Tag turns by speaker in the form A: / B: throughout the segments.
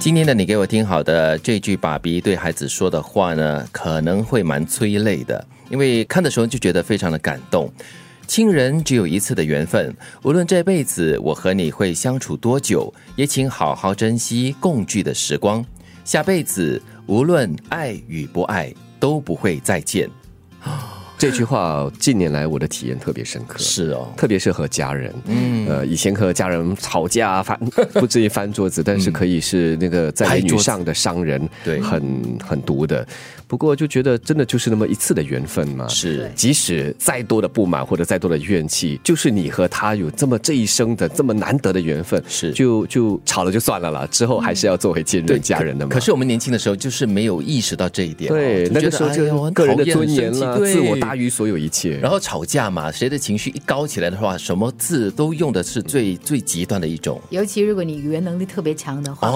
A: 今天的你给我听好的这句爸比对孩子说的话呢，可能会蛮催泪的，因为看的时候就觉得非常的感动。亲人只有一次的缘分，无论这辈子我和你会相处多久，也请好好珍惜共聚的时光。下辈子无论爱与不爱，都不会再见。
B: 这句话近年来我的体验特别深刻，
A: 是哦，
B: 特别是和家人，
A: 嗯，
B: 呃，以前和家人吵架翻， 不至于翻桌子，但是可以是那个在言
A: 拍
B: 语
A: 桌子
B: 上的伤人，
A: 对
B: 很很毒的。不过就觉得真的就是那么一次的缘分嘛，
A: 是
B: 即使再多的不满或者再多的怨气，就是你和他有这么这一生的这么难得的缘分，
A: 是
B: 就就吵了就算了啦，之后还是要作为亲人家人的嘛。
A: 可是我们年轻的时候就是没有意识到这一点哦，
B: 对
A: 就
B: 那
A: 觉
B: 个
A: 得
B: 时候
A: 哎呀我
B: 就
A: 很
B: 个人的
A: 讨厌
B: 尊
A: 很
B: 严
A: 生气
B: 啦，
A: 对
B: 自我大于所有一切。
A: 然后吵架嘛，谁的情绪一高起来的话，什么字都用的是最最极端的一种。
C: 尤其如果你语言能力特别强的话，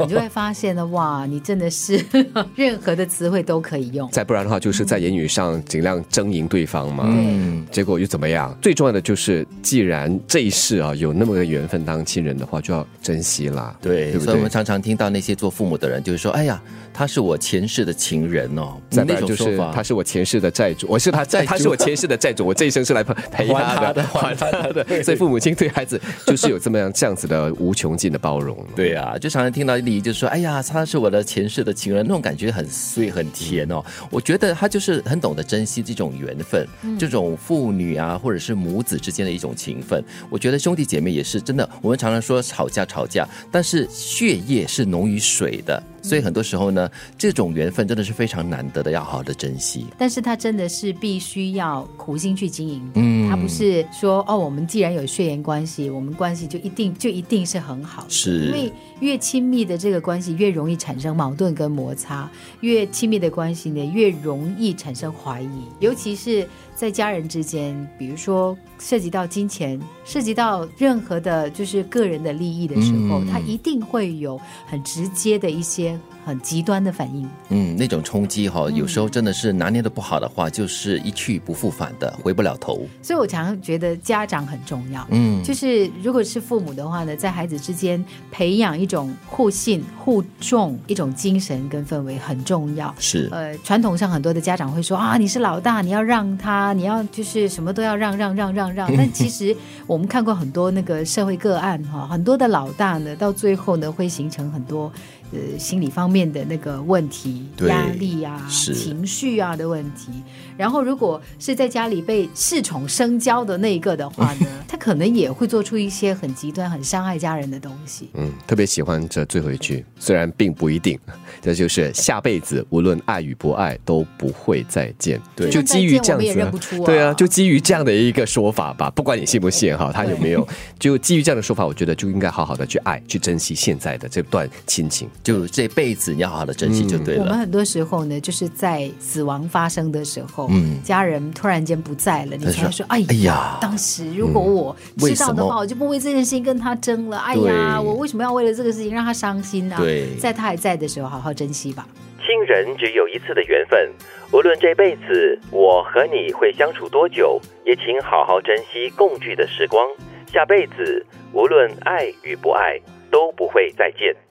C: 你就会发现呢，哇，你真的是 任何的词汇都可以用。
B: 再不然的话，就是在言语上尽量争赢对方嘛。
C: 嗯
B: 结果又怎么样？最重要的就是，既然这一世啊有那么个缘分当亲人的话，就要珍惜啦。
A: 对，
B: 对不
A: 所以我
B: 对
A: 们？常常听到那些做父母的人就是说：“哎呀，他是我前世的情人哦。”
B: 再不
A: 那
B: 然
A: 种
B: 就
A: 说
B: 是
A: 法，
B: 他是我前世的债主，哦我是 他
A: 债主
B: 他是我前世的债主，我这一生是来陪
A: 还他
B: 他的，
A: 的还他的对
B: 所以父母亲对孩子就是有这么样这样子的无穷尽的包容。
A: 对啊，就常常听到丽姨就说：“哎呀，他是我的前世的情人。”那种感觉很碎很甜哦。我觉得他就是很懂得珍惜这种缘分，
C: 嗯
A: 这种父女啊，或者是母子之间的一种情分。我觉得兄弟姐妹也是真的。我们常常说吵架吵架，但是血液是浓于水的，所以很多时候呢，这种缘分真的是非常难得的，要好好的珍惜。
C: 但是它真的是必须要苦心去经营，嗯，它不是说哦，我们既然有血缘关系，我们关系就一定就一定是很好的，
A: 是
C: 因为越亲密的这个关系越容易产生矛盾跟摩擦，越亲密的关系呢越容易产生怀疑，尤其是在家人之间，比如说涉及到金钱，涉及到任何的就是个人的利益的时候，
A: 嗯
C: 他一定会有很直接的一些很极端的反应。
A: 嗯，那种冲击哈、有时候真的是拿捏的不好的话，就是一去不复返的，回不了头。
C: 所以我常常觉得家长很重要。
A: 嗯，
C: 就是如果是父母的话呢，在孩子之间培养一种互信、互重一种精神跟氛围很重要。
A: 是
C: 呃，传统上很多的家长会说啊，你是老大，你要让他，你要就是什么都要让让让让让。 但其实我们看过很多那个社会个案哈，很多的老大呢，到最后呢会形成很多呃心理方面的那个问题、
A: 对
C: 压力啊、
A: 是
C: 情绪啊的问题。然后如果是在家里被恃宠生骄的那一个的话 呢，他可能也会做出一些很极端、很伤害家人的东西。
B: 嗯，特别喜欢这最后一句，虽然并不一定， 这就是下辈子无论爱与不爱都不会再见。
A: 对
B: 就基于这样
C: 就算再见我们也
B: 子
C: 认不出啊
B: 对啊，就基于这样的一个说法吧，不管你信不信哈，他有没有，就基于这样的说法，我觉得就应该好好的去爱，去珍惜现在的这段亲情。
A: 就这辈子你要好好的珍惜就对
C: 我们
A: 了。
C: 很多时候呢，就是在死亡发生的时候，
A: 嗯
C: 家人突然间不在了，你
A: 他
C: 才会
A: 说
C: 说：“哎呀，
A: 哎呀
C: 当时如果我知道
A: 为什
C: 的
A: 么
C: 话，我就不为这件事情跟他争了。哎呀，
A: 对
C: 我为什么要为了这个事情让他伤心啊？
A: 对
C: 在他还在的时候，好好珍惜吧。
D: 亲人只有一次的缘分，无论这辈子我和你会相处多久，也请好好珍惜共聚的时光。下辈子，无论爱与不爱，都不会再见。